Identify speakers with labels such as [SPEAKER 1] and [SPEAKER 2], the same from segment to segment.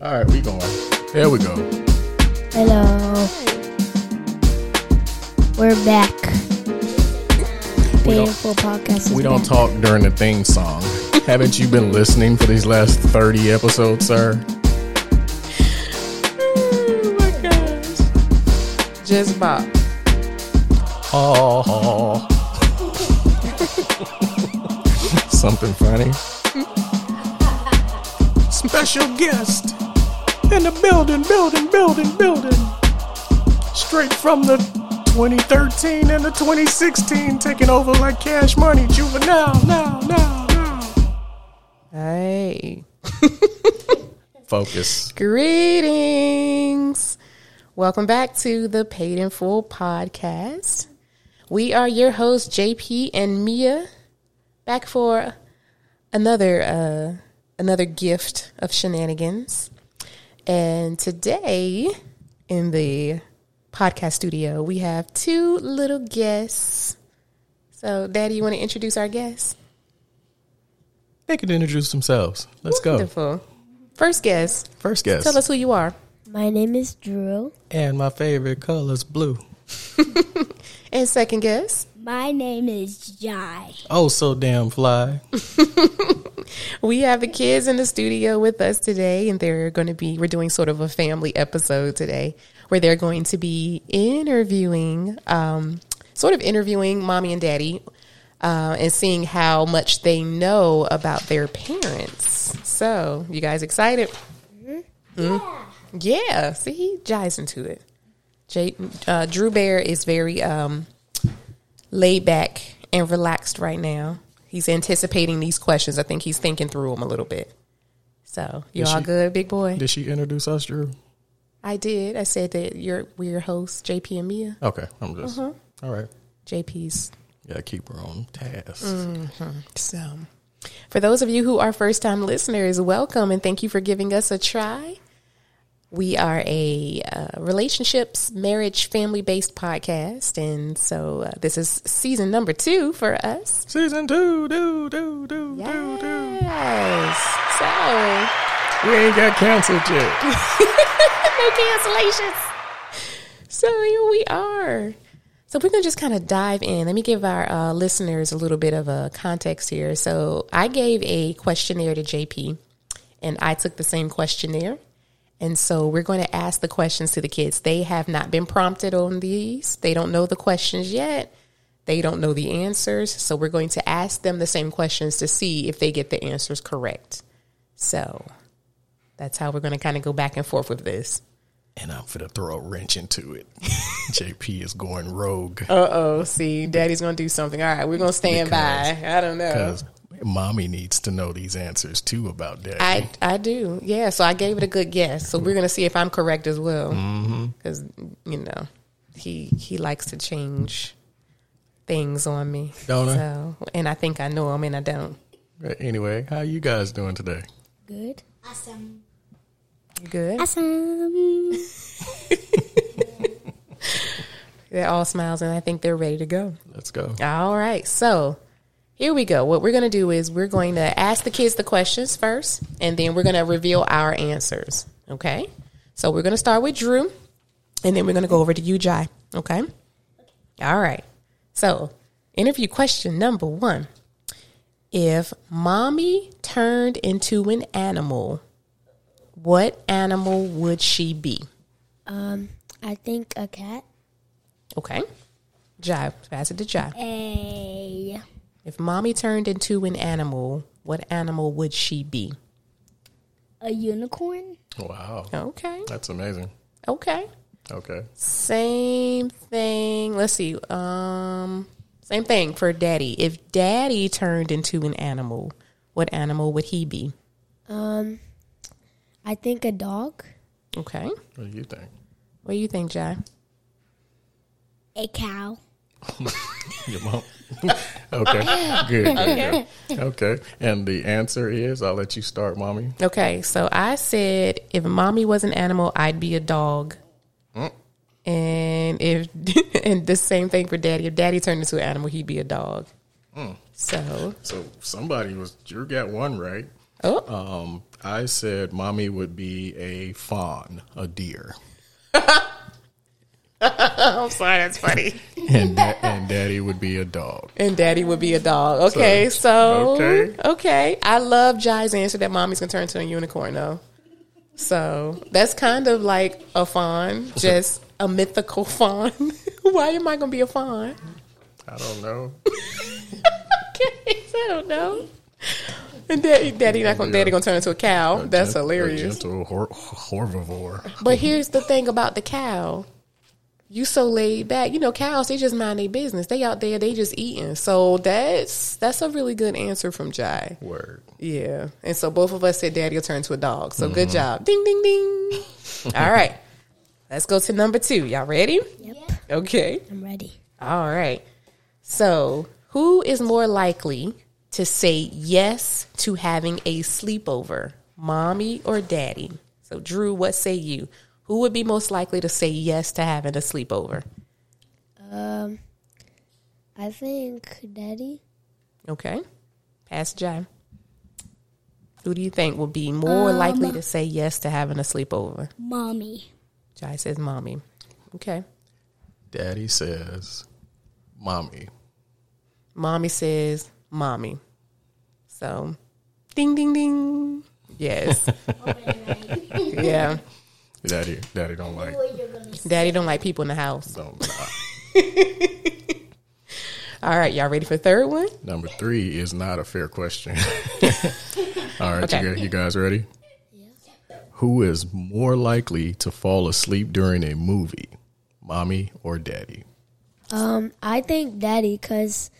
[SPEAKER 1] All right, we going.
[SPEAKER 2] There we go.
[SPEAKER 3] Hello. We're back.
[SPEAKER 2] We don't-
[SPEAKER 3] Painful podcast. is
[SPEAKER 2] We don't
[SPEAKER 3] back.
[SPEAKER 2] talk during the theme song. Haven't you been listening for these last 30 episodes, sir?
[SPEAKER 4] Oh my gosh. Just bop.
[SPEAKER 2] Oh, Something funny. Special guest in the building, building, building, building. Straight from the 2013 and the 2016, taking over like cash money, juvenile, now, now, now.
[SPEAKER 4] Hey.
[SPEAKER 2] Focus.
[SPEAKER 4] Greetings. Welcome back to the Paid in Full podcast. We are your hosts, JP and Mia, back for another uh, another gift of shenanigans. And today in the podcast studio, we have two little guests. So, Daddy, you want to introduce our guests?
[SPEAKER 2] They could introduce themselves. Let's go.
[SPEAKER 4] Wonderful. First guest,
[SPEAKER 2] First guest.
[SPEAKER 4] tell us who you are.
[SPEAKER 3] My name is Drew.
[SPEAKER 2] And my favorite color is blue.
[SPEAKER 4] And second guest,
[SPEAKER 3] My name is Jai.
[SPEAKER 2] Oh, so damn fly.
[SPEAKER 4] We have the kids in the studio with us today, and they're going to be, we're doing sort of a family episode today where they're going to be interviewing, um, sort of interviewing mommy and daddy uh, and seeing how much they know about their parents. So, you guys excited? Mm? Yeah. See, Jai's into it. Jay, uh, Drew Bear is very um, laid back and relaxed right now. He's anticipating these questions. I think he's thinking through them a little bit. So you
[SPEAKER 2] Is
[SPEAKER 4] all
[SPEAKER 2] she-
[SPEAKER 4] good, big boy?
[SPEAKER 2] Did she introduce us, Drew?
[SPEAKER 4] I did. I said that you're we're your hosts, JP and Mia.
[SPEAKER 2] Okay, I'm just.
[SPEAKER 4] Uh-huh.
[SPEAKER 2] all right.
[SPEAKER 4] JP's
[SPEAKER 2] Yeah, keep her on task.
[SPEAKER 4] Mm. So, for those of you who are first time listeners, welcome and thank you for giving us a try. We are a uh, relationships, marriage, family based podcast. And so, uh, this is season number two for us.
[SPEAKER 2] Season two, do, do, do, do, do.
[SPEAKER 4] Yes. So,
[SPEAKER 2] We ain't got canceled yet.
[SPEAKER 4] no cancellations. So here we are. So we're gonna just kind of dive in. Let me give our uh, listeners a little bit of a context here. So I gave a questionnaire to JP, and I took the same questionnaire. And so we're going to ask the questions to the kids. They have not been prompted on these. They don't know the questions yet. They don't know the answers. So we're going to ask them the same questions to see if they get the answers correct. So that's how we're going to kind of go back and forth with this.
[SPEAKER 2] And I'm finna throw a wrench into it. JP is going rogue
[SPEAKER 4] Uh oh, see, daddy's gonna do something. All right, we're gonna stand by. I don't know.
[SPEAKER 2] because mommy needs to know these answers too about daddy.
[SPEAKER 4] I, I do. Yeah, so I gave it a good guess. So we're gonna see if I'm correct as well.
[SPEAKER 2] Mm-hmm.
[SPEAKER 4] Because, you know, he he likes to change things on me.
[SPEAKER 2] Don't I?
[SPEAKER 4] so, And I think I know him and I don't.
[SPEAKER 2] anyway, how you guys doing today?
[SPEAKER 3] Good. Awesome.
[SPEAKER 4] You good?
[SPEAKER 3] Awesome.
[SPEAKER 4] They're all smiles and I think they're ready to go.
[SPEAKER 2] Let's go.
[SPEAKER 4] All right. So here we go. What we're going to do is we're going to ask the kids the questions first, and then we're going to reveal our answers. Okay. So we're going to start with Drew, and then we're going to go over to you, Jai. Okay. All right. So interview question number one If mommy turned into an animal, what animal would she be?
[SPEAKER 3] Um, I think a cat.
[SPEAKER 4] Okay. Jai, pass it to Jai.
[SPEAKER 3] A
[SPEAKER 4] If mommy turned into an animal, what animal would she be?
[SPEAKER 3] a unicorn.
[SPEAKER 2] Wow.
[SPEAKER 4] Okay.
[SPEAKER 2] That's amazing.
[SPEAKER 4] Okay.
[SPEAKER 2] Okay.
[SPEAKER 4] Same thing. Let's see. Um same thing for daddy. If daddy turned into an animal, what animal would he be?
[SPEAKER 3] Um, I think a dog.
[SPEAKER 4] Okay.
[SPEAKER 2] What do you think?
[SPEAKER 4] What do you think, Jai?
[SPEAKER 3] A cow.
[SPEAKER 2] Your mom. okay. Good. good, good. Okay. And the answer is I'll let you start, mommy.
[SPEAKER 4] Okay, so I said if mommy was an animal, I'd be a dog. Mm. And if and the same thing for daddy. If daddy turned into an animal, he'd be a dog. So
[SPEAKER 2] So somebody was you got one right.
[SPEAKER 4] oh
[SPEAKER 2] Um I said mommy would be a fawn, a deer.
[SPEAKER 4] I'm sorry, that's funny.
[SPEAKER 2] And, da- and daddy would be a dog.
[SPEAKER 4] And daddy would be a dog. Okay,
[SPEAKER 2] So-
[SPEAKER 4] so, okay.
[SPEAKER 2] okay.
[SPEAKER 4] I love Jai's answer that mommy's gonna turn into a unicorn though. So that's kind of like a fawn, just a mythical fawn. Why am I gonna be a fawn?
[SPEAKER 2] I don't know.
[SPEAKER 4] Okay, I don't know. And daddy, daddy not gonna daddy gonna turn into a cow. that's
[SPEAKER 2] Gen- a
[SPEAKER 4] hilarious.
[SPEAKER 2] gentle hor- horvivore.
[SPEAKER 4] But here's the thing about the cow. You so laid back. You know, cows, they just mind their business. They out there, they just eating. So that's that's a really good answer from Jai.
[SPEAKER 2] Word.
[SPEAKER 4] Yeah. And so both of us said daddy will turn to a dog. So good job. Ding, ding, ding. All right. Let's go to number two. Y'all ready?
[SPEAKER 3] Yep.
[SPEAKER 4] Okay.
[SPEAKER 3] I'm ready.
[SPEAKER 4] All right. So who is more likely to say yes to having a sleepover, mommy or daddy? So, Drew, what say you? Who would be most likely to say yes to having a sleepover?
[SPEAKER 3] Um, I think daddy.
[SPEAKER 4] Okay. Pass Jai. Who do you think will be more likely to say yes to having a sleepover?
[SPEAKER 5] Mommy.
[SPEAKER 4] Jai says mommy. Okay.
[SPEAKER 2] Daddy says, mommy.
[SPEAKER 4] Mommy says mommy. So ding ding ding. Yes. yeah.
[SPEAKER 2] Daddy, daddy don't like.
[SPEAKER 4] Daddy don't like people in the house.
[SPEAKER 2] Don't.
[SPEAKER 4] All right, y'all ready for the third one?
[SPEAKER 2] Number three is not a fair question. All right,
[SPEAKER 4] Okay.
[SPEAKER 2] you, gu- you guys ready? Who is more likely to fall asleep during a movie, mommy or daddy?
[SPEAKER 3] Um, I think daddy because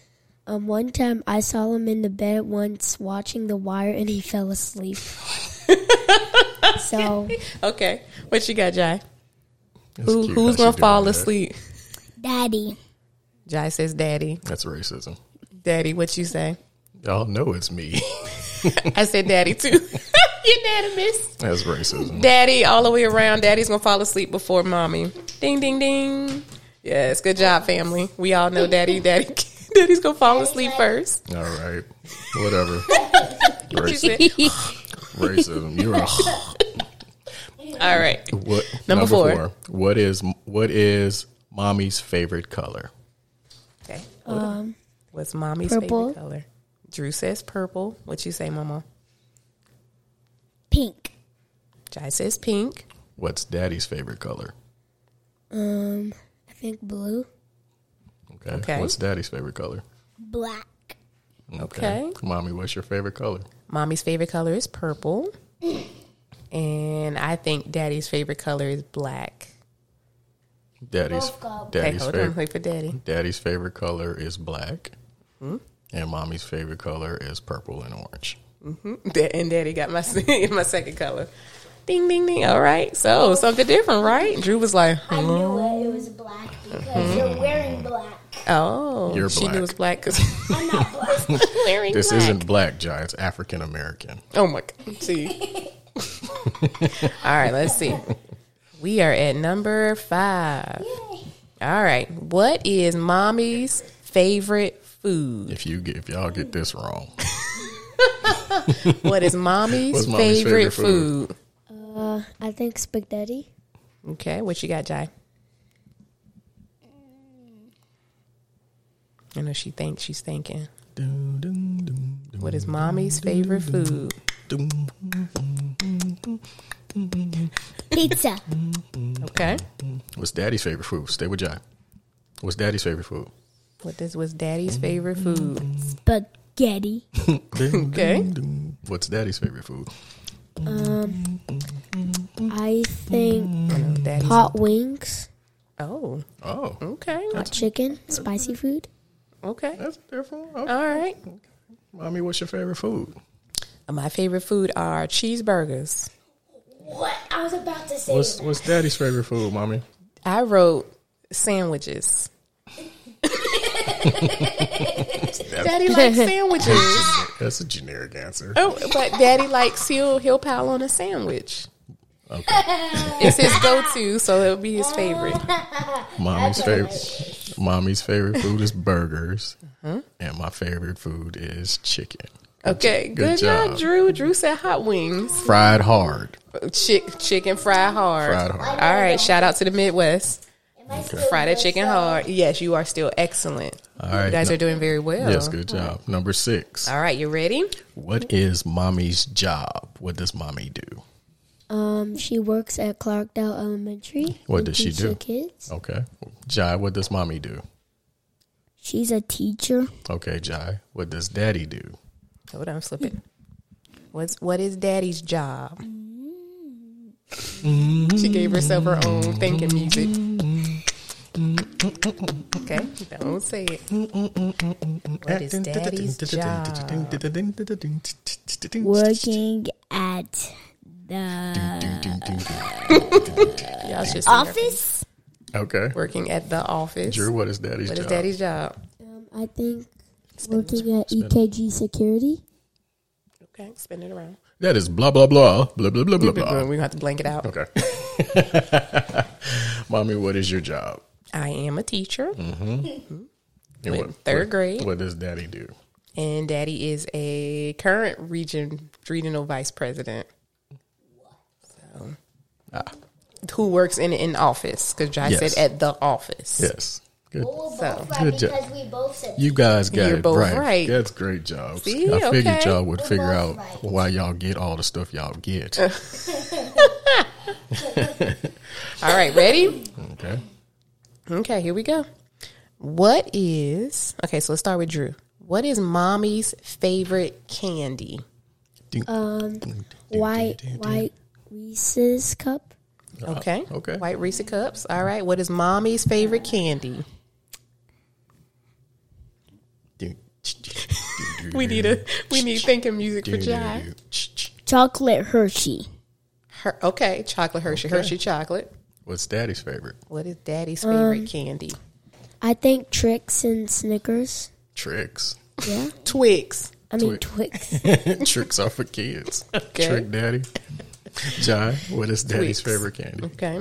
[SPEAKER 3] um one time I saw him in the bed once watching The Wire and he fell asleep. so
[SPEAKER 4] Okay. What you got, Jai?
[SPEAKER 2] That's
[SPEAKER 4] Who,
[SPEAKER 2] cute how she
[SPEAKER 4] who's gonna
[SPEAKER 2] doing
[SPEAKER 4] fall
[SPEAKER 2] that.
[SPEAKER 4] asleep?
[SPEAKER 5] Daddy.
[SPEAKER 4] Jai says daddy.
[SPEAKER 2] That's racism.
[SPEAKER 4] Daddy, what you say?
[SPEAKER 2] Y'all know it's me.
[SPEAKER 4] I said daddy too. Unanimous.
[SPEAKER 2] That's racism.
[SPEAKER 4] Daddy all the way around. Daddy's gonna fall asleep before mommy. Ding ding ding. Yes, good job, family. We all know daddy, daddy daddy's gonna fall asleep first.
[SPEAKER 2] All right, whatever.
[SPEAKER 4] She
[SPEAKER 2] Rac-
[SPEAKER 4] said-
[SPEAKER 2] racism. You're a
[SPEAKER 4] All right.
[SPEAKER 2] what?
[SPEAKER 4] Number four.
[SPEAKER 2] What is what is mommy's favorite color?
[SPEAKER 4] Okay. What's mommy's
[SPEAKER 3] Purple.
[SPEAKER 4] favorite color? Drew says purple. What you say, Mama?
[SPEAKER 5] Pink.
[SPEAKER 4] Jai says pink.
[SPEAKER 2] What's daddy's favorite color?
[SPEAKER 3] um, I think blue.
[SPEAKER 2] Okay.
[SPEAKER 4] Okay.
[SPEAKER 2] What's daddy's favorite color?
[SPEAKER 5] Black.
[SPEAKER 4] Okay.
[SPEAKER 2] Mommy, what's your favorite color?
[SPEAKER 4] Mommy's favorite color is purple. and I think daddy's favorite color is black.
[SPEAKER 2] Daddy's
[SPEAKER 4] Okay,
[SPEAKER 2] daddy's
[SPEAKER 4] hold on.
[SPEAKER 2] favorite
[SPEAKER 4] Wait for daddy.
[SPEAKER 2] daddy's favorite color is black,
[SPEAKER 4] Hmm?
[SPEAKER 2] and mommy's favorite color is purple and orange.
[SPEAKER 4] Da- And daddy got my se- my second color. Ding ding ding. All right. So something different, right? Drew was like,
[SPEAKER 5] I knew it. It was black because you're wearing black.
[SPEAKER 4] oh.
[SPEAKER 2] You're
[SPEAKER 4] she knew it was black because
[SPEAKER 5] I'm not black.
[SPEAKER 4] wearing
[SPEAKER 2] This
[SPEAKER 4] black.
[SPEAKER 2] isn't black, Jai. It's African American.
[SPEAKER 4] Oh my god. See. All right, let's see. We are at number five. All right. What is mommy's favorite food?
[SPEAKER 2] If you get, if y'all get this wrong,
[SPEAKER 4] What is mommy's,
[SPEAKER 2] What's mommy's favorite
[SPEAKER 4] favorite,
[SPEAKER 2] food?
[SPEAKER 4] food?
[SPEAKER 3] Uh, I think spaghetti.
[SPEAKER 4] Okay, what you got, Jai? I know she thinks she's thinking. What is mommy's favorite food?
[SPEAKER 5] Pizza.
[SPEAKER 4] Okay.
[SPEAKER 2] what's daddy's favorite food? Stay with Jai. What's daddy's favorite food?
[SPEAKER 4] What this was daddy's favorite food?
[SPEAKER 5] Spaghetti.
[SPEAKER 4] Okay.
[SPEAKER 2] What's daddy's favorite food?
[SPEAKER 3] Um, I think
[SPEAKER 4] I know Daddy's.
[SPEAKER 3] hot wings,
[SPEAKER 4] Oh,
[SPEAKER 2] Oh,
[SPEAKER 4] okay.
[SPEAKER 3] hot chicken, spicy food.
[SPEAKER 4] Okay.
[SPEAKER 2] that's different. Okay.
[SPEAKER 4] All right.
[SPEAKER 2] Mommy, what's your favorite food?
[SPEAKER 4] My favorite food are cheeseburgers.
[SPEAKER 5] What? I was about to say.
[SPEAKER 2] What's what's daddy's favorite food, mommy?
[SPEAKER 4] I wrote sandwiches. Daddy likes sandwiches.
[SPEAKER 2] That's a generic answer.
[SPEAKER 4] Oh, but Daddy likes he'll he'll pile on a sandwich.
[SPEAKER 2] Okay.
[SPEAKER 4] It's his go-to, so it'll be his favorite.
[SPEAKER 2] Mommy's favorite, mommy's favorite food is burgers, and my favorite food is chicken.
[SPEAKER 4] Okay, good,
[SPEAKER 2] Good
[SPEAKER 4] job.
[SPEAKER 2] job.
[SPEAKER 4] Drew. Drew said hot wings,
[SPEAKER 2] Fried hard.
[SPEAKER 4] Chick, chicken fried hard.
[SPEAKER 2] Fried hard.
[SPEAKER 4] All right, shout out to the Midwest.
[SPEAKER 5] Am I still
[SPEAKER 4] Fried that
[SPEAKER 5] good,
[SPEAKER 4] chicken
[SPEAKER 5] sir?
[SPEAKER 4] hard. Yes, you are still excellent.
[SPEAKER 2] All right.
[SPEAKER 4] You guys
[SPEAKER 2] no-
[SPEAKER 4] are doing very well.
[SPEAKER 2] Yes, good job. Number six.
[SPEAKER 4] All right, you ready?
[SPEAKER 2] What is mommy's job? What does mommy do?
[SPEAKER 3] Um, she works at Clarkdale Elementary.
[SPEAKER 2] What
[SPEAKER 3] and
[SPEAKER 2] does she
[SPEAKER 3] teaches
[SPEAKER 2] do?
[SPEAKER 3] Kids.
[SPEAKER 2] Okay. Jai, what does mommy do?
[SPEAKER 3] She's a teacher.
[SPEAKER 2] Okay, Jai. What does daddy do?
[SPEAKER 4] Hold on, I'm slipping. What's what is Daddy's job?
[SPEAKER 2] Mm-hmm.
[SPEAKER 4] She gave herself her own thinking music.
[SPEAKER 2] Mm-hmm.
[SPEAKER 4] Okay, don't say it. What is Daddy's job?
[SPEAKER 5] Working at the
[SPEAKER 4] Y'all should see her.
[SPEAKER 5] office.
[SPEAKER 2] Okay.
[SPEAKER 4] working at the office.
[SPEAKER 2] Drew, what is daddy's
[SPEAKER 4] What
[SPEAKER 2] job?
[SPEAKER 4] is Daddy's job?
[SPEAKER 3] Um, I think working at EKG Security.
[SPEAKER 4] Okay, spin it around.
[SPEAKER 2] That is blah, blah, blah. Blah, blah, blah, blah,
[SPEAKER 4] We're
[SPEAKER 2] blah.
[SPEAKER 4] going to have to blank it out.
[SPEAKER 2] Okay. Mommy, what is your job?
[SPEAKER 4] I am a teacher, Mm-hmm.
[SPEAKER 2] And Mm-hmm. what-
[SPEAKER 4] third
[SPEAKER 2] what-
[SPEAKER 4] grade.
[SPEAKER 2] What does daddy do?
[SPEAKER 4] and Daddy is a current region regional vice president. So, who works in an office? Because Jai
[SPEAKER 2] Ah. Yes.
[SPEAKER 4] said at the office.
[SPEAKER 2] Yes. Good.
[SPEAKER 5] Well, we're both
[SPEAKER 4] So,
[SPEAKER 5] right
[SPEAKER 2] good job.
[SPEAKER 5] because we both said
[SPEAKER 2] You guys got
[SPEAKER 4] You're
[SPEAKER 2] it
[SPEAKER 4] both
[SPEAKER 2] right.
[SPEAKER 4] right.
[SPEAKER 2] That's great job.
[SPEAKER 4] See?
[SPEAKER 2] I figured
[SPEAKER 4] Okay.
[SPEAKER 2] y'all would figure
[SPEAKER 5] both
[SPEAKER 2] out
[SPEAKER 5] right.
[SPEAKER 2] why y'all get all the stuff y'all get.
[SPEAKER 4] Uh. All right, ready?
[SPEAKER 2] okay.
[SPEAKER 4] okay, here we go. What is okay? So let's start with Drew. What is mommy's favorite candy? Uh,
[SPEAKER 2] Um,
[SPEAKER 3] White white Reese's cup.
[SPEAKER 4] Okay.
[SPEAKER 2] Ah, okay.
[SPEAKER 4] White Reese's cups. All right. What is mommy's favorite candy? We need a we need thinking music for Jai.
[SPEAKER 5] chocolate Hershey.
[SPEAKER 4] Her, okay, chocolate Hershey, Hershey chocolate.
[SPEAKER 2] What's daddy's favorite?
[SPEAKER 4] What is daddy's favorite candy?
[SPEAKER 3] I think Trix and Snickers.
[SPEAKER 2] Tricks.
[SPEAKER 3] Yeah,
[SPEAKER 4] Twix.
[SPEAKER 3] I mean Twix.
[SPEAKER 2] Tricks are for kids.
[SPEAKER 4] Okay.
[SPEAKER 2] Trick daddy. Jai, what is daddy's
[SPEAKER 4] Twix.
[SPEAKER 2] favorite candy?
[SPEAKER 4] Okay.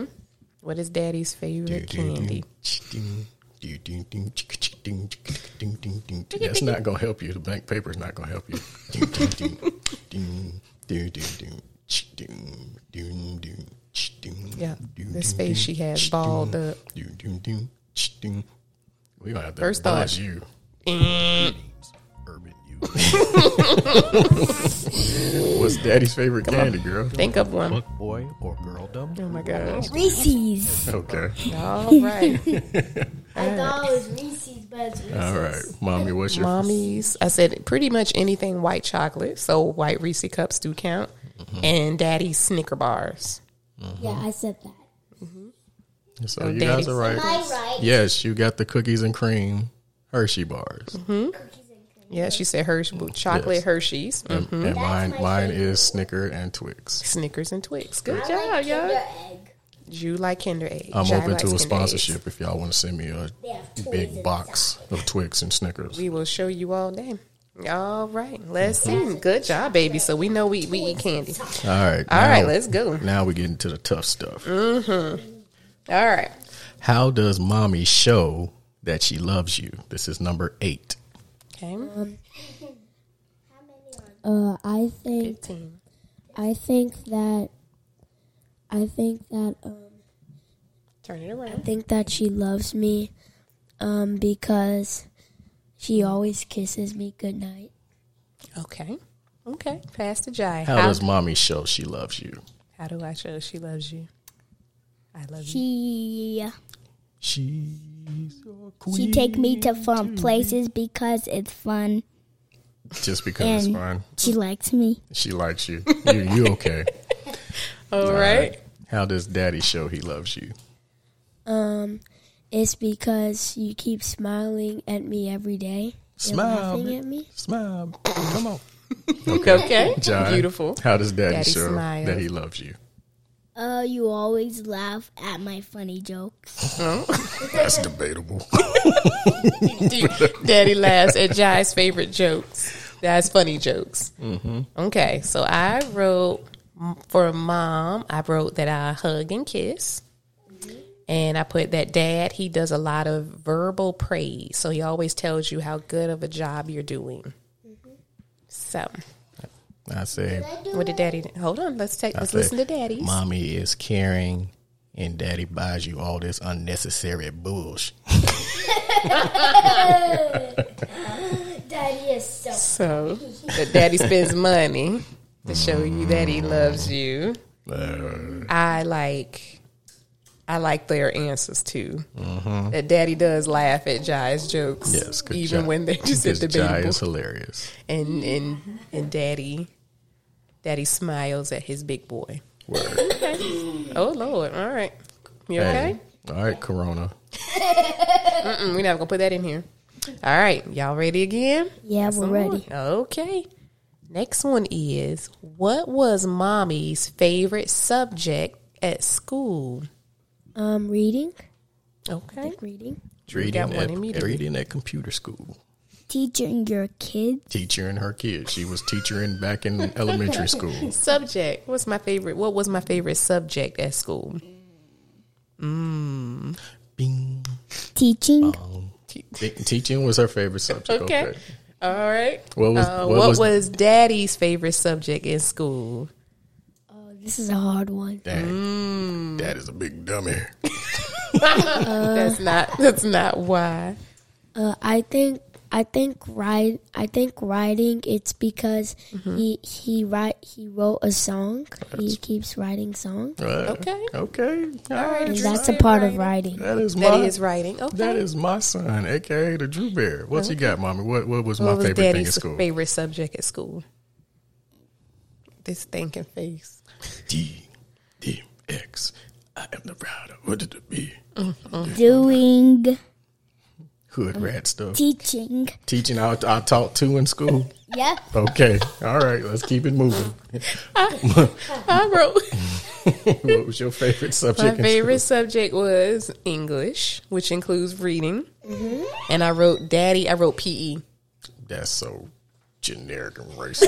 [SPEAKER 4] What is daddy's favorite candy?
[SPEAKER 2] That's not gonna help you. The blank paper's not gonna help you.
[SPEAKER 4] Yeah. This face she has balled up.
[SPEAKER 2] We gonna have to First
[SPEAKER 4] First thought. Mm.
[SPEAKER 2] you. Urban you. What's daddy's favorite candy, girl?
[SPEAKER 4] Think of one.
[SPEAKER 2] boy or girl dumb?
[SPEAKER 4] Oh my gosh.
[SPEAKER 5] Reese's.
[SPEAKER 2] Okay.
[SPEAKER 4] All right.
[SPEAKER 5] I thought it was Reese's, but it's Reese's.
[SPEAKER 2] All right. Mommy, what's your
[SPEAKER 4] Mommy's. I said pretty much anything white chocolate. So white Reese's cups do count.
[SPEAKER 2] Mm-hmm.
[SPEAKER 4] And daddy's Snicker bars.
[SPEAKER 3] yeah, I said that.
[SPEAKER 2] So you guys
[SPEAKER 4] daddy's-
[SPEAKER 2] are right.
[SPEAKER 5] Am I right?
[SPEAKER 2] Yes, you got the cookies and cream Hershey bars,
[SPEAKER 4] Mm-hmm. Yeah, she said Hershey chocolate
[SPEAKER 2] Yes.
[SPEAKER 4] Hershey's. Mm.
[SPEAKER 2] and, and mine mine is Snicker and Twix.
[SPEAKER 4] Snickers and Twix. Good
[SPEAKER 5] I
[SPEAKER 4] job,
[SPEAKER 5] like
[SPEAKER 4] y'all.
[SPEAKER 5] Kinder Egg.
[SPEAKER 4] You like Kinder Egg.
[SPEAKER 2] I'm
[SPEAKER 4] Jai
[SPEAKER 2] open
[SPEAKER 4] likes
[SPEAKER 2] to a
[SPEAKER 4] Kinder
[SPEAKER 2] sponsorship
[SPEAKER 4] Eggs.
[SPEAKER 2] if y'all want to send me a
[SPEAKER 5] They have toys
[SPEAKER 2] big
[SPEAKER 5] inside.
[SPEAKER 2] box of Twix and Snickers.
[SPEAKER 4] We will show you all day. All right, let's
[SPEAKER 2] Mm-hmm.
[SPEAKER 4] see. Good job, baby. So we know we, we eat candy.
[SPEAKER 2] All right,
[SPEAKER 4] All
[SPEAKER 2] now-
[SPEAKER 4] right, let's go. Mm.
[SPEAKER 2] Now we get into the tough stuff.
[SPEAKER 4] All right.
[SPEAKER 2] How does mommy show that she loves you? This is number eight.
[SPEAKER 4] Okay.
[SPEAKER 5] Um,
[SPEAKER 3] Uh, I think
[SPEAKER 4] 15.
[SPEAKER 3] I think that I think that um
[SPEAKER 4] Turn it around.
[SPEAKER 3] think that she loves me um because she always kisses me goodnight.
[SPEAKER 4] Okay. Okay. Pass to Jai.
[SPEAKER 2] How
[SPEAKER 4] How,
[SPEAKER 2] does mommy show she loves you?
[SPEAKER 4] how do I show she loves you? I love you.
[SPEAKER 5] She
[SPEAKER 2] She's a queen.
[SPEAKER 5] she take me to fun places because it's fun.
[SPEAKER 2] Just because it's
[SPEAKER 5] And-
[SPEAKER 2] fine,
[SPEAKER 5] She likes me.
[SPEAKER 2] she likes you. You you okay?
[SPEAKER 4] All right.
[SPEAKER 2] How does daddy show he loves you?
[SPEAKER 3] Um, it's because you keep smiling at me every day. You're
[SPEAKER 2] Smile,
[SPEAKER 3] laughing
[SPEAKER 2] bitch.
[SPEAKER 3] at me.
[SPEAKER 2] Smile. Come on.
[SPEAKER 4] Okay.
[SPEAKER 2] Jai,
[SPEAKER 4] Beautiful.
[SPEAKER 2] How does daddy,
[SPEAKER 4] Daddy
[SPEAKER 2] show
[SPEAKER 4] smiles.
[SPEAKER 2] that he loves you?
[SPEAKER 3] Uh,
[SPEAKER 5] Oh, you always laugh at my funny jokes.
[SPEAKER 2] That's debatable.
[SPEAKER 4] Daddy laughs at Jai's favorite jokes. That's funny jokes.
[SPEAKER 2] Mm-hmm.
[SPEAKER 4] Okay, so I wrote m- for mom. I wrote that I hug and kiss, and I put that dad. He does a lot of Mm-hmm. verbal praise, so he always tells you how good of a job you're doing. So,
[SPEAKER 2] I said,
[SPEAKER 4] what did Daddy? do? Hold on. Let's take.
[SPEAKER 2] I
[SPEAKER 4] Let's
[SPEAKER 2] said,
[SPEAKER 4] listen to Daddy.
[SPEAKER 2] Mommy is caring, and Daddy buys you all this unnecessary bullshit.
[SPEAKER 5] Daddy is so.
[SPEAKER 4] So that Daddy spends money to show you that he loves you. I like. I like their answers too. That Daddy does laugh at Jai's jokes,
[SPEAKER 2] Mm-hmm. Yes, good
[SPEAKER 4] even
[SPEAKER 2] job.
[SPEAKER 4] when they're just at
[SPEAKER 2] This
[SPEAKER 4] the
[SPEAKER 2] guy
[SPEAKER 4] baby
[SPEAKER 2] is
[SPEAKER 4] booth.
[SPEAKER 2] hilarious.
[SPEAKER 4] and and and Daddy, Daddy smiles at his big boy.
[SPEAKER 2] Word.
[SPEAKER 4] Oh Lord! All right, you okay?
[SPEAKER 2] Hey. All right, Corona.
[SPEAKER 4] Mm, We're not gonna put that in here. All right, y'all ready again?
[SPEAKER 3] Yeah, we're ready.
[SPEAKER 4] Okay. Next one is what was mommy's favorite subject at school?
[SPEAKER 3] Um, reading,
[SPEAKER 4] Okay.
[SPEAKER 3] reading,
[SPEAKER 2] Reading
[SPEAKER 4] one
[SPEAKER 2] at,
[SPEAKER 4] immediately.
[SPEAKER 2] reading at computer school.
[SPEAKER 3] teaching your kids.
[SPEAKER 2] Teacher and her kids. She was teachering back in elementary school.
[SPEAKER 4] Subject. What's my favorite? What was my favorite subject at school?
[SPEAKER 2] Bing.
[SPEAKER 3] Teaching.
[SPEAKER 2] Te- Teaching was her favorite subject. Okay.
[SPEAKER 4] Okay. All right.
[SPEAKER 2] What was
[SPEAKER 4] Uh,
[SPEAKER 2] what, was,
[SPEAKER 4] daddy's favorite subject in school?
[SPEAKER 3] Oh, this is a hard one.
[SPEAKER 2] that?
[SPEAKER 4] Mm.
[SPEAKER 2] That is a big dummy.
[SPEAKER 4] that's not that's not why.
[SPEAKER 3] Uh, I think I think ride I think writing it's because he he write he wrote a song. He keeps writing songs.
[SPEAKER 4] Okay.
[SPEAKER 2] Uh, Okay. All right.
[SPEAKER 4] right.
[SPEAKER 3] And
[SPEAKER 4] Drew
[SPEAKER 3] that's a
[SPEAKER 4] said
[SPEAKER 3] part of writing.
[SPEAKER 2] That is my
[SPEAKER 4] Daddy is writing. Okay.
[SPEAKER 2] that is my son, aka the Drew Bear. What you got, mommy? What what was my
[SPEAKER 4] what was
[SPEAKER 2] favorite thing at
[SPEAKER 4] daddy's
[SPEAKER 2] school?
[SPEAKER 4] favorite subject at school? This thinking face.
[SPEAKER 2] D D X. I am the router. What did it be?
[SPEAKER 5] Doing.
[SPEAKER 4] Mm.
[SPEAKER 2] Hood rat stuff.
[SPEAKER 5] Teaching.
[SPEAKER 2] Teaching I I taught two in school.
[SPEAKER 5] Yep.
[SPEAKER 2] Okay. All right. Let's keep it moving.
[SPEAKER 4] I wrote
[SPEAKER 2] what was your favorite
[SPEAKER 4] my
[SPEAKER 2] subject? in
[SPEAKER 4] favorite subject was English, which includes reading. And I wrote daddy. I wrote E. PE.
[SPEAKER 2] school? That's so generic and racist.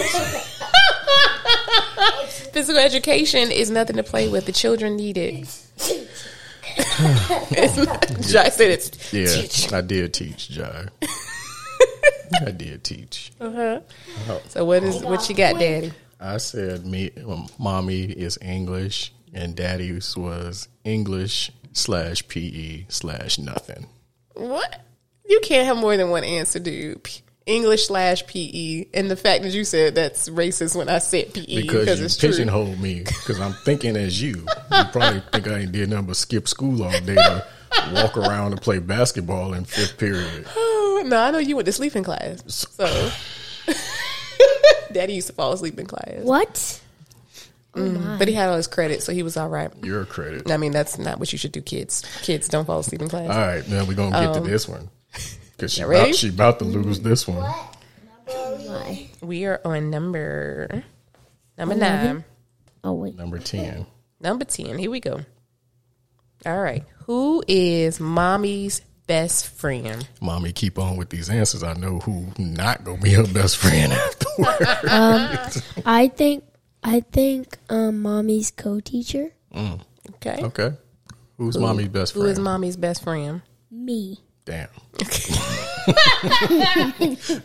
[SPEAKER 4] Physical education is nothing to play with. The children need it. it's not, Jai said it's
[SPEAKER 2] yeah, I did teach, Jai. I did teach.
[SPEAKER 4] so. What is what you got, daddy?
[SPEAKER 2] I said, me, um, mommy is English, and daddy's was English slash PE slash nothing.
[SPEAKER 4] What? You can't have more than one answer, dude. P- English slash PE, and the fact that you said that's racist when I said PE E, because it's
[SPEAKER 2] Because you
[SPEAKER 4] true.
[SPEAKER 2] pigeonhole me, because I'm thinking as you. You probably think I ain't did nothing but skip school all day to walk around and play basketball in fifth period.
[SPEAKER 4] Oh, No, I know you went to sleep in class. So, Daddy used to fall asleep in class,
[SPEAKER 3] What?
[SPEAKER 4] but he had all his credit, so he was all right.
[SPEAKER 2] Your credit.
[SPEAKER 4] I mean, that's not what you should do, kids. Kids don't fall asleep in class.
[SPEAKER 2] All right, now we're gonna get to this one because she
[SPEAKER 4] Um, ready?
[SPEAKER 2] about, she about to lose this one.
[SPEAKER 4] we are on number number nine,
[SPEAKER 3] Oh wait.
[SPEAKER 2] Number ten.
[SPEAKER 4] number ten. Here we go. All right, who is mommy's best friend?
[SPEAKER 2] Mommy, keep on with these answers. I know who not gonna be her best friend afterward.
[SPEAKER 3] I think I think um, mommy's co-teacher.
[SPEAKER 4] Okay,
[SPEAKER 2] okay, who's mommy's best
[SPEAKER 4] who
[SPEAKER 2] friend?
[SPEAKER 4] is mommy's best friend?
[SPEAKER 3] Me.
[SPEAKER 2] Damn.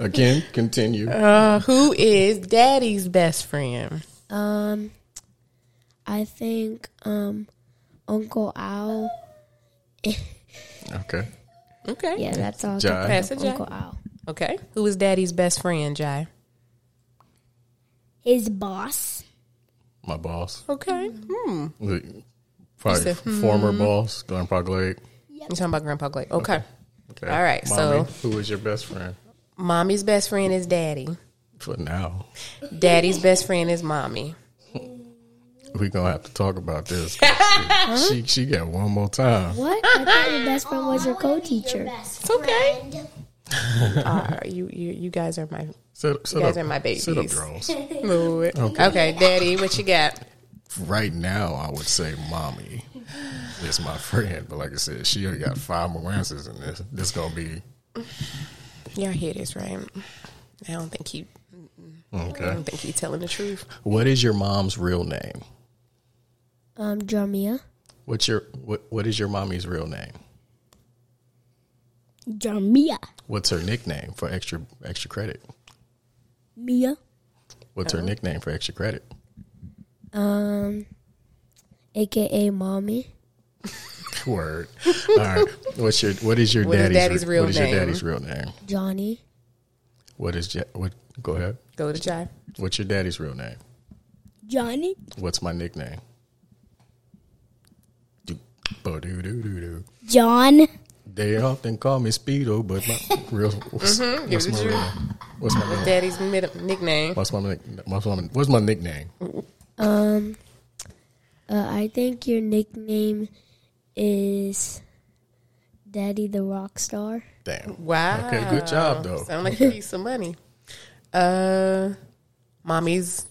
[SPEAKER 2] Again, continue.
[SPEAKER 4] Uh, Who is daddy's best friend?
[SPEAKER 3] Um, I think um, Uncle Al.
[SPEAKER 2] okay,
[SPEAKER 4] Okay,
[SPEAKER 3] Yeah, that's all. I
[SPEAKER 2] Jai.
[SPEAKER 3] can
[SPEAKER 4] Pass it,
[SPEAKER 3] think
[SPEAKER 4] Jai.
[SPEAKER 3] of. Uncle Al.
[SPEAKER 4] okay. Who is daddy's best friend, Jai?
[SPEAKER 5] His boss.
[SPEAKER 2] my boss,
[SPEAKER 4] Okay. Hmm.
[SPEAKER 2] The- probably
[SPEAKER 4] said, "Hmm."
[SPEAKER 2] former boss, Grandpa Glade.
[SPEAKER 4] You're talking about Grandpa Glade. Okay.
[SPEAKER 2] Okay.
[SPEAKER 4] All right,
[SPEAKER 2] Mommy, who is your best friend
[SPEAKER 4] Mommy's best friend is daddy.
[SPEAKER 2] for now?
[SPEAKER 4] Daddy's best friend is mommy.
[SPEAKER 2] We gonna have to talk about this. she she got one more time.
[SPEAKER 3] What? I thought your best friend was your co-teacher.
[SPEAKER 5] Best
[SPEAKER 4] It's okay.
[SPEAKER 5] friend.
[SPEAKER 4] Uh, you, you you guys are my
[SPEAKER 2] Sit, sit
[SPEAKER 4] guys
[SPEAKER 2] up,
[SPEAKER 4] are my babies.
[SPEAKER 2] Sit up, girls.
[SPEAKER 4] Lord. Okay. daddy, what you got?
[SPEAKER 2] right now, I would say mommy is my friend. But like I said, she only got five more answers in this. This gonna be
[SPEAKER 4] Y'all hear this, right? I don't think he I
[SPEAKER 2] okay.
[SPEAKER 4] don't think he's telling the truth.
[SPEAKER 2] What is your mom's real name?
[SPEAKER 3] Um, Drumia.
[SPEAKER 2] What's your what? What is your mommy's real name?
[SPEAKER 5] Jamia.
[SPEAKER 2] What's her nickname for extra extra credit?
[SPEAKER 5] Mia.
[SPEAKER 2] What's
[SPEAKER 4] Uh-huh.
[SPEAKER 2] her nickname for extra credit?
[SPEAKER 3] aka mommy.
[SPEAKER 2] Word. All right. What's your What is your
[SPEAKER 4] What is
[SPEAKER 2] daddy's,
[SPEAKER 4] daddy's real
[SPEAKER 2] What is
[SPEAKER 4] name?
[SPEAKER 2] your daddy's real name?
[SPEAKER 3] Johnny.
[SPEAKER 2] What is ja- what? Go ahead.
[SPEAKER 4] Go to Jive.
[SPEAKER 2] What's your daddy's real name?
[SPEAKER 5] Johnny?
[SPEAKER 2] What's my nickname? Do- ba-do-do-do-do.
[SPEAKER 5] John?
[SPEAKER 2] They often call me Speedo, but my real what's, what's
[SPEAKER 4] Mm-hmm. it
[SPEAKER 2] my real
[SPEAKER 4] to you.
[SPEAKER 2] name? What's my name?
[SPEAKER 4] Daddy's mid- nickname.
[SPEAKER 2] What's my, nick- what's, my, what's my nickname?
[SPEAKER 3] Uh, I think your nickname is Daddy the Rock Star.
[SPEAKER 2] Damn.
[SPEAKER 4] Wow.
[SPEAKER 2] Okay, good job though.
[SPEAKER 4] Sound like you need some money. Uh, mommy's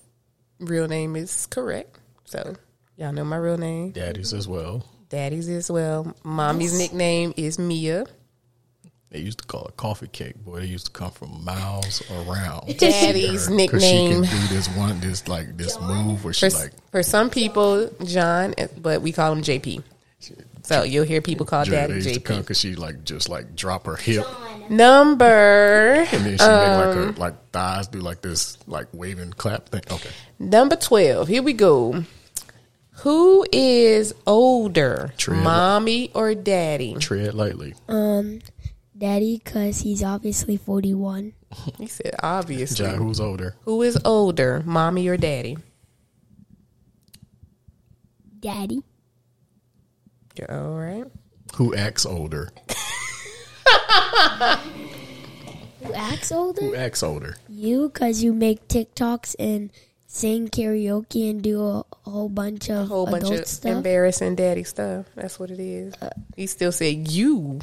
[SPEAKER 4] real name is correct. So y'all know my real name.
[SPEAKER 2] Daddies as well.
[SPEAKER 4] Daddy's as well. Mommy's nickname is Mia.
[SPEAKER 2] They used to call it coffee cake, boy. They used to come from miles around.
[SPEAKER 4] Daddy's
[SPEAKER 2] Because she can
[SPEAKER 4] nickname.
[SPEAKER 2] do this one, this like this move where
[SPEAKER 4] For,
[SPEAKER 2] she
[SPEAKER 4] s-
[SPEAKER 2] like
[SPEAKER 4] for some people, John, but we call him JP. So you'll hear people call
[SPEAKER 2] yeah,
[SPEAKER 4] Daddy
[SPEAKER 2] they used to come
[SPEAKER 4] JP.
[SPEAKER 2] because she like just like drop her hip
[SPEAKER 4] Number
[SPEAKER 2] and then she make like her like thighs do like this like waving clap thing. Okay,
[SPEAKER 4] number twelve. Here we go. Who is older,
[SPEAKER 2] Tread.
[SPEAKER 4] mommy or daddy?
[SPEAKER 2] tread lightly.
[SPEAKER 3] Daddy, because he's obviously 41.
[SPEAKER 4] He said, obviously.
[SPEAKER 2] John, who's older?
[SPEAKER 4] Who is older, mommy or daddy?
[SPEAKER 5] Daddy?
[SPEAKER 4] You're all right.
[SPEAKER 2] Who acts older?
[SPEAKER 3] Who acts older?
[SPEAKER 2] Who acts older?
[SPEAKER 3] You, because you make TikToks and sing karaoke and do a whole bunch of
[SPEAKER 4] Whole bunch
[SPEAKER 3] adult
[SPEAKER 4] of
[SPEAKER 3] stuff. Uh,
[SPEAKER 4] embarrassing daddy stuff. That's what it is. he still said you.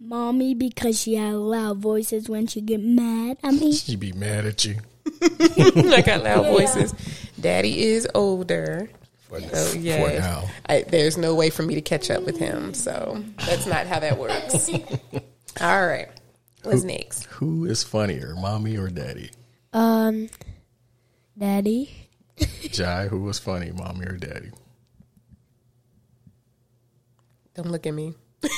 [SPEAKER 5] Mommy, because she had loud voices when she get mad at me.
[SPEAKER 2] She be mad at you.
[SPEAKER 4] I got loud voices. Daddy is older.
[SPEAKER 2] For,
[SPEAKER 4] So yeah,
[SPEAKER 2] for now,
[SPEAKER 4] I, there's no way for me to catch up with him. So that's not how that works. all right. What's next?
[SPEAKER 2] who is funnier, mommy or daddy?
[SPEAKER 3] Um, Daddy.
[SPEAKER 2] Jai, who was funny, mommy or daddy?
[SPEAKER 4] Don't look at me.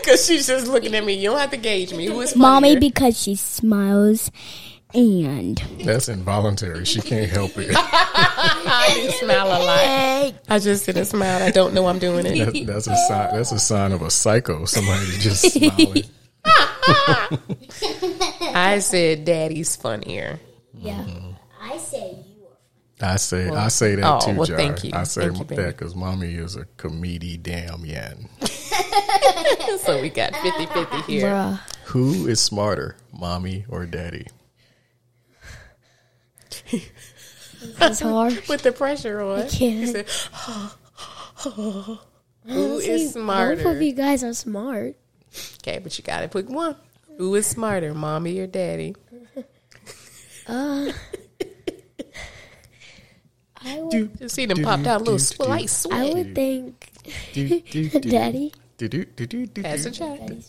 [SPEAKER 4] Because she's just looking at me. You don't have to gauge me. Who is
[SPEAKER 5] Mommy,
[SPEAKER 4] funnier?
[SPEAKER 5] because she smiles and.
[SPEAKER 2] That's involuntary. She can't help it.
[SPEAKER 4] I didn't smile a lot. I just didn't smile. I don't know I'm doing it.
[SPEAKER 2] That, that's a sign. That's a sign of a psycho. Somebody that's just smiling.
[SPEAKER 4] I said daddy's funnier.
[SPEAKER 3] Yeah.
[SPEAKER 5] I say you
[SPEAKER 2] I say, I say that
[SPEAKER 4] oh,
[SPEAKER 2] too,
[SPEAKER 4] well,
[SPEAKER 2] Jai.
[SPEAKER 4] thank you.
[SPEAKER 2] I say
[SPEAKER 4] Thank you, baby.
[SPEAKER 2] that because mommy is a comedy damn yan.
[SPEAKER 4] So we got 50 50 here.
[SPEAKER 3] Bruh.
[SPEAKER 2] Who is smarter, mommy or daddy?
[SPEAKER 3] It's hard.
[SPEAKER 4] With the pressure on.
[SPEAKER 3] can't.
[SPEAKER 4] He said, Who is
[SPEAKER 3] Both of
[SPEAKER 4] smarter?
[SPEAKER 3] you guys are smart.
[SPEAKER 4] Okay, but you got to pick one. Who is smarter, mommy or daddy?
[SPEAKER 3] I would,
[SPEAKER 2] Do,
[SPEAKER 4] You see them popped out a little
[SPEAKER 2] do, do.
[SPEAKER 4] slight
[SPEAKER 3] I
[SPEAKER 4] sweat.
[SPEAKER 3] would think
[SPEAKER 2] do, do, do,
[SPEAKER 3] Daddy.
[SPEAKER 2] Do, do, do, do, do,
[SPEAKER 4] That's a
[SPEAKER 2] do.
[SPEAKER 4] child.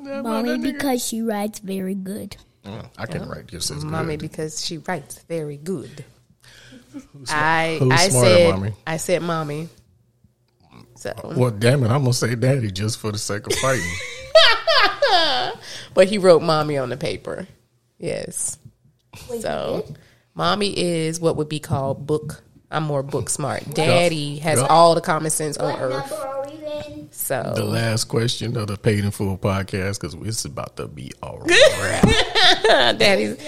[SPEAKER 5] Mommy, because she writes very good.
[SPEAKER 2] Mm, I can write just as
[SPEAKER 4] Mommy,
[SPEAKER 2] good.
[SPEAKER 4] because she writes very good. I
[SPEAKER 2] who's
[SPEAKER 4] I
[SPEAKER 2] smarter,
[SPEAKER 4] said
[SPEAKER 2] mommy?
[SPEAKER 4] I said mommy. So,
[SPEAKER 2] Well, damn it, I'm gonna say daddy just for the sake of fighting.
[SPEAKER 4] but he wrote mommy on the paper. Yes. So, mommy is what would be called book. I'm more book smart. Daddy has
[SPEAKER 2] Yup.
[SPEAKER 4] all the common sense on earth.
[SPEAKER 5] are we
[SPEAKER 2] the
[SPEAKER 5] in?
[SPEAKER 4] So
[SPEAKER 2] last question of the paid in full podcast because it's about to be all right.
[SPEAKER 4] daddy's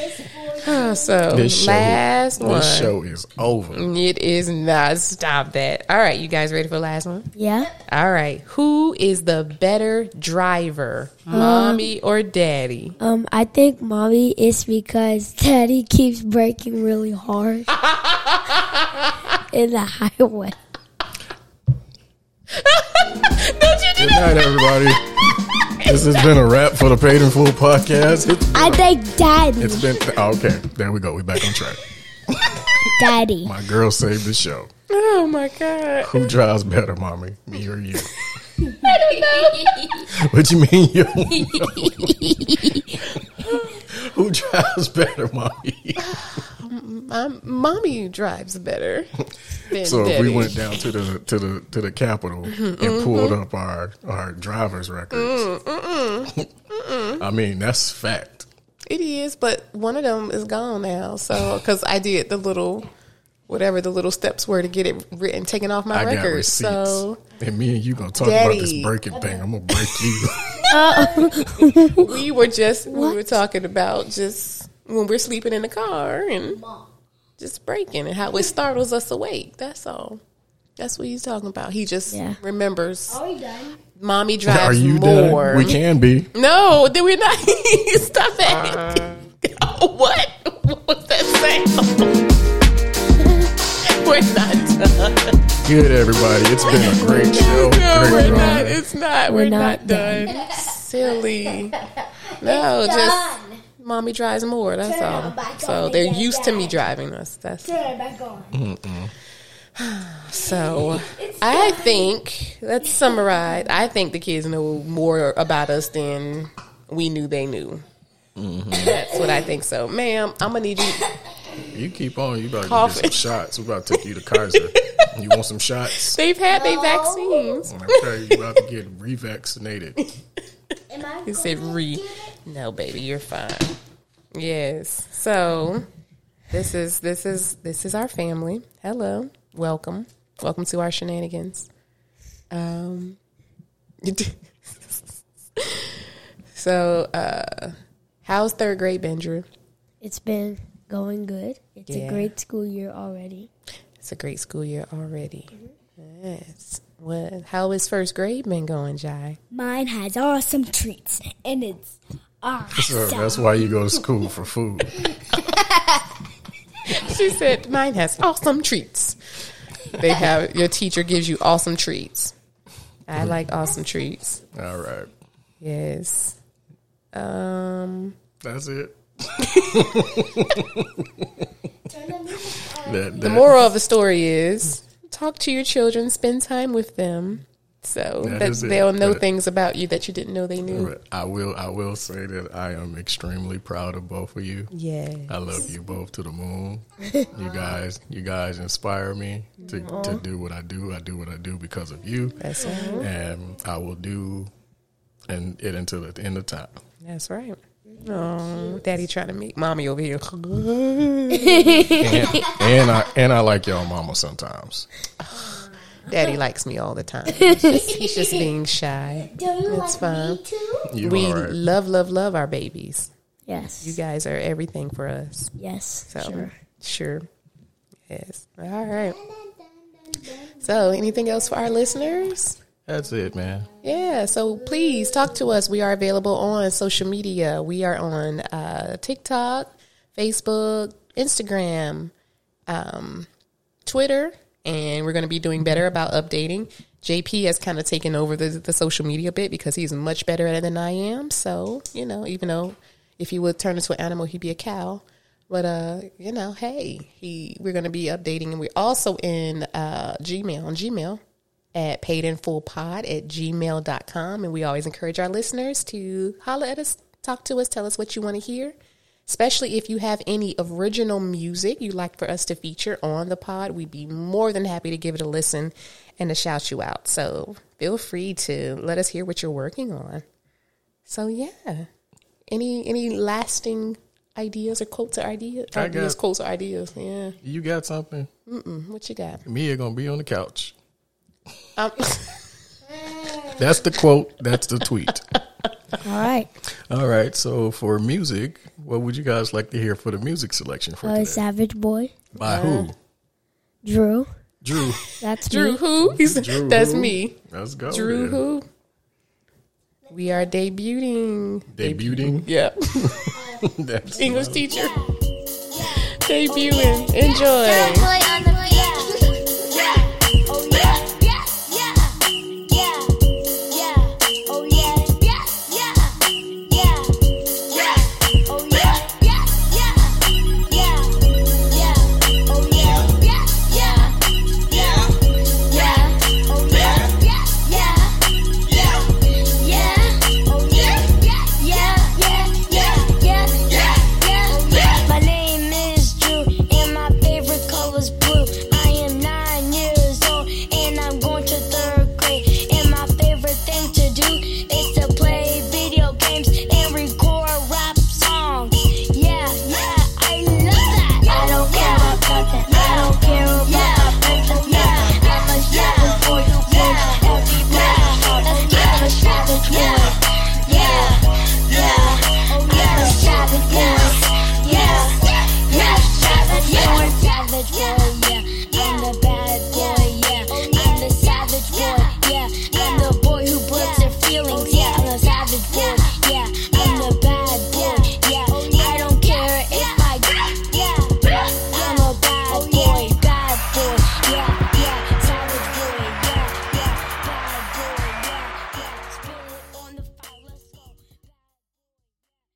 [SPEAKER 4] so
[SPEAKER 2] This show-
[SPEAKER 4] last one.
[SPEAKER 2] this show is over.
[SPEAKER 4] It is not stop that. All right, you guys ready for the last one?
[SPEAKER 3] yeah.
[SPEAKER 4] All right. Who is the better driver?
[SPEAKER 2] Uh-huh.
[SPEAKER 4] Mommy or daddy?
[SPEAKER 3] Um, I think mommy is because daddy keeps breaking really hard in the highway.
[SPEAKER 2] Good night, everybody. this has been a wrap for the paid in full podcast. It's,
[SPEAKER 5] I think daddy.
[SPEAKER 2] it's been oh, okay. There we go. We back on track.
[SPEAKER 5] Daddy.
[SPEAKER 2] My girl saved the show.
[SPEAKER 4] Oh my god.
[SPEAKER 2] Who drives better, mommy, me or you? I don't know. what you mean you don't know? Who drives better, mommy?
[SPEAKER 4] Um, mommy drives better. Than
[SPEAKER 2] So if we
[SPEAKER 4] daddy.
[SPEAKER 2] went down to the to the to the Capitol and pulled up our our driver's records, I mean that's fact.
[SPEAKER 4] It is, but one of them is gone now. So because I did the little, whatever the little steps were to get it written, taken off my
[SPEAKER 2] I got
[SPEAKER 4] record.
[SPEAKER 2] receipts.
[SPEAKER 4] So
[SPEAKER 2] and me and you gonna talk about this
[SPEAKER 4] Daddy.
[SPEAKER 2] breaking thing. I'm gonna break you.
[SPEAKER 4] we were just we were talking about just when we're sleeping in the car and just breaking and how it startles us awake. That's all. That's what he's talking about. He just
[SPEAKER 3] Yeah.
[SPEAKER 4] remembers.
[SPEAKER 5] Are we done?
[SPEAKER 4] Mommy
[SPEAKER 2] Are
[SPEAKER 4] drives
[SPEAKER 2] you
[SPEAKER 4] more.
[SPEAKER 2] done? We can be.
[SPEAKER 4] No, then we're not. Stop it.
[SPEAKER 5] Uh-huh.
[SPEAKER 4] what? What was that sound? we're not done.
[SPEAKER 2] Good, everybody. It's been a great
[SPEAKER 5] Oh,
[SPEAKER 2] show.
[SPEAKER 4] No,
[SPEAKER 2] great
[SPEAKER 4] we're
[SPEAKER 2] run.
[SPEAKER 4] not. It's not. We're, not,
[SPEAKER 3] not
[SPEAKER 4] done. Silly. No, just
[SPEAKER 5] Done.
[SPEAKER 4] mommy drives more. That's
[SPEAKER 5] Turn
[SPEAKER 4] all.
[SPEAKER 5] it back
[SPEAKER 4] So
[SPEAKER 5] on
[SPEAKER 4] they're
[SPEAKER 5] again,
[SPEAKER 4] used to me
[SPEAKER 5] Dad.
[SPEAKER 4] driving us. That's
[SPEAKER 5] Turn it back on.
[SPEAKER 4] Mm-hmm. so. I think let's summarize. I think the kids know more about us than we knew they knew. That's what I think. So, ma'am, I'm gonna need you.
[SPEAKER 2] You keep on. You about to
[SPEAKER 4] Coffee.
[SPEAKER 2] get some shots. We about to take you to Kaiser. you want some shots?
[SPEAKER 4] They've had their vaccines.
[SPEAKER 2] Okay, you about to get revaccinated.
[SPEAKER 5] Am I
[SPEAKER 4] He said, "Re, no, baby, you're fine." Yes. So this is this is this is our family. Hello, welcome, welcome to our shenanigans. Um. so, uh, how's third grade been, Drew?
[SPEAKER 3] It's been going good. It's
[SPEAKER 4] Yeah.
[SPEAKER 3] a great school year already.
[SPEAKER 4] It's a great school year already. Yes. What? How is first grade been going, Jai?
[SPEAKER 5] Mine has awesome treats, and it's awesome.
[SPEAKER 2] So that's why you go to school for food.
[SPEAKER 4] She said, "Mine has awesome treats." They have your teacher gives you awesome treats. I like awesome treats.
[SPEAKER 2] All right,
[SPEAKER 4] Yes. Um.
[SPEAKER 2] that's it. that,
[SPEAKER 4] The
[SPEAKER 2] that,
[SPEAKER 4] moral of the story is: talk to your children, spend time with them, so
[SPEAKER 2] That
[SPEAKER 4] that,
[SPEAKER 2] is it.
[SPEAKER 4] they'll know
[SPEAKER 2] That-
[SPEAKER 4] things about you that you didn't know they knew.
[SPEAKER 2] but I will. I will say that I am extremely proud of both of you.
[SPEAKER 4] Yeah.
[SPEAKER 2] I love you both to the moon. You guys, you guys inspire me to, to do what I do. I do what I do because of you,
[SPEAKER 4] That's right.
[SPEAKER 2] and I will do and it until the end of time.
[SPEAKER 4] That's right. Oh, daddy trying to make mommy over here.
[SPEAKER 2] And, and I and I like y'all mama sometimes.
[SPEAKER 4] Daddy likes me all the time. He's just, he's just being shy.
[SPEAKER 5] Do you
[SPEAKER 4] That's fine.
[SPEAKER 5] too?
[SPEAKER 2] You
[SPEAKER 4] We
[SPEAKER 2] all right.
[SPEAKER 4] love, love, love our babies.
[SPEAKER 3] Yes.
[SPEAKER 4] You guys are everything for us.
[SPEAKER 3] yes.
[SPEAKER 4] So
[SPEAKER 3] Sure.
[SPEAKER 4] sure. Yes. All right. So anything else for our listeners?
[SPEAKER 2] That's it, man.
[SPEAKER 4] Yeah, so please talk to us. We are available on social media. We are on uh, TikTok, Facebook, Instagram, um, Twitter, and we're going to be doing better about updating. JP has kind of taken over the, the social media bit because he's much better at it than I am. So, you know, even though if he would turn into an animal, he'd be a cow. But, uh, you know, hey, he we're going to be updating. And we're also in uh, Gmail, on Gmail at paidinfullpod at gmail.com. And we always encourage our listeners to holler at us, talk to us, tell us what you want to hear, especially if you have any original music you'd like for us to feature on the pod. We'd be more than happy to give it a listen and to shout you out. So feel free to let us hear what you're working on. So, yeah. Any any lasting ideas or quotes or ideas?
[SPEAKER 2] I
[SPEAKER 4] Ideas,
[SPEAKER 2] got-
[SPEAKER 4] quotes or ideas. Yeah. Mm-hmm.
[SPEAKER 2] You got something?
[SPEAKER 4] What you got?
[SPEAKER 2] Mia gonna be on the couch.
[SPEAKER 4] Um,
[SPEAKER 2] That's the quote. That's the tweet.
[SPEAKER 3] All right.
[SPEAKER 2] All right. So for music, what would you guys like to hear for the music selection for
[SPEAKER 3] Uh,
[SPEAKER 2] today?
[SPEAKER 3] Savage Boy.
[SPEAKER 2] By who?
[SPEAKER 3] Drew.
[SPEAKER 2] Drew.
[SPEAKER 3] That's
[SPEAKER 4] Drew
[SPEAKER 3] me.
[SPEAKER 4] who? He's,
[SPEAKER 2] Drew
[SPEAKER 4] that's
[SPEAKER 2] who?
[SPEAKER 4] me.
[SPEAKER 2] Let's go.
[SPEAKER 4] Drew
[SPEAKER 2] then.
[SPEAKER 4] who? We are debuting.
[SPEAKER 2] debuting.
[SPEAKER 4] Yeah.
[SPEAKER 2] That's
[SPEAKER 4] English teacher. Debuting. Enjoy.
[SPEAKER 6] Boy on the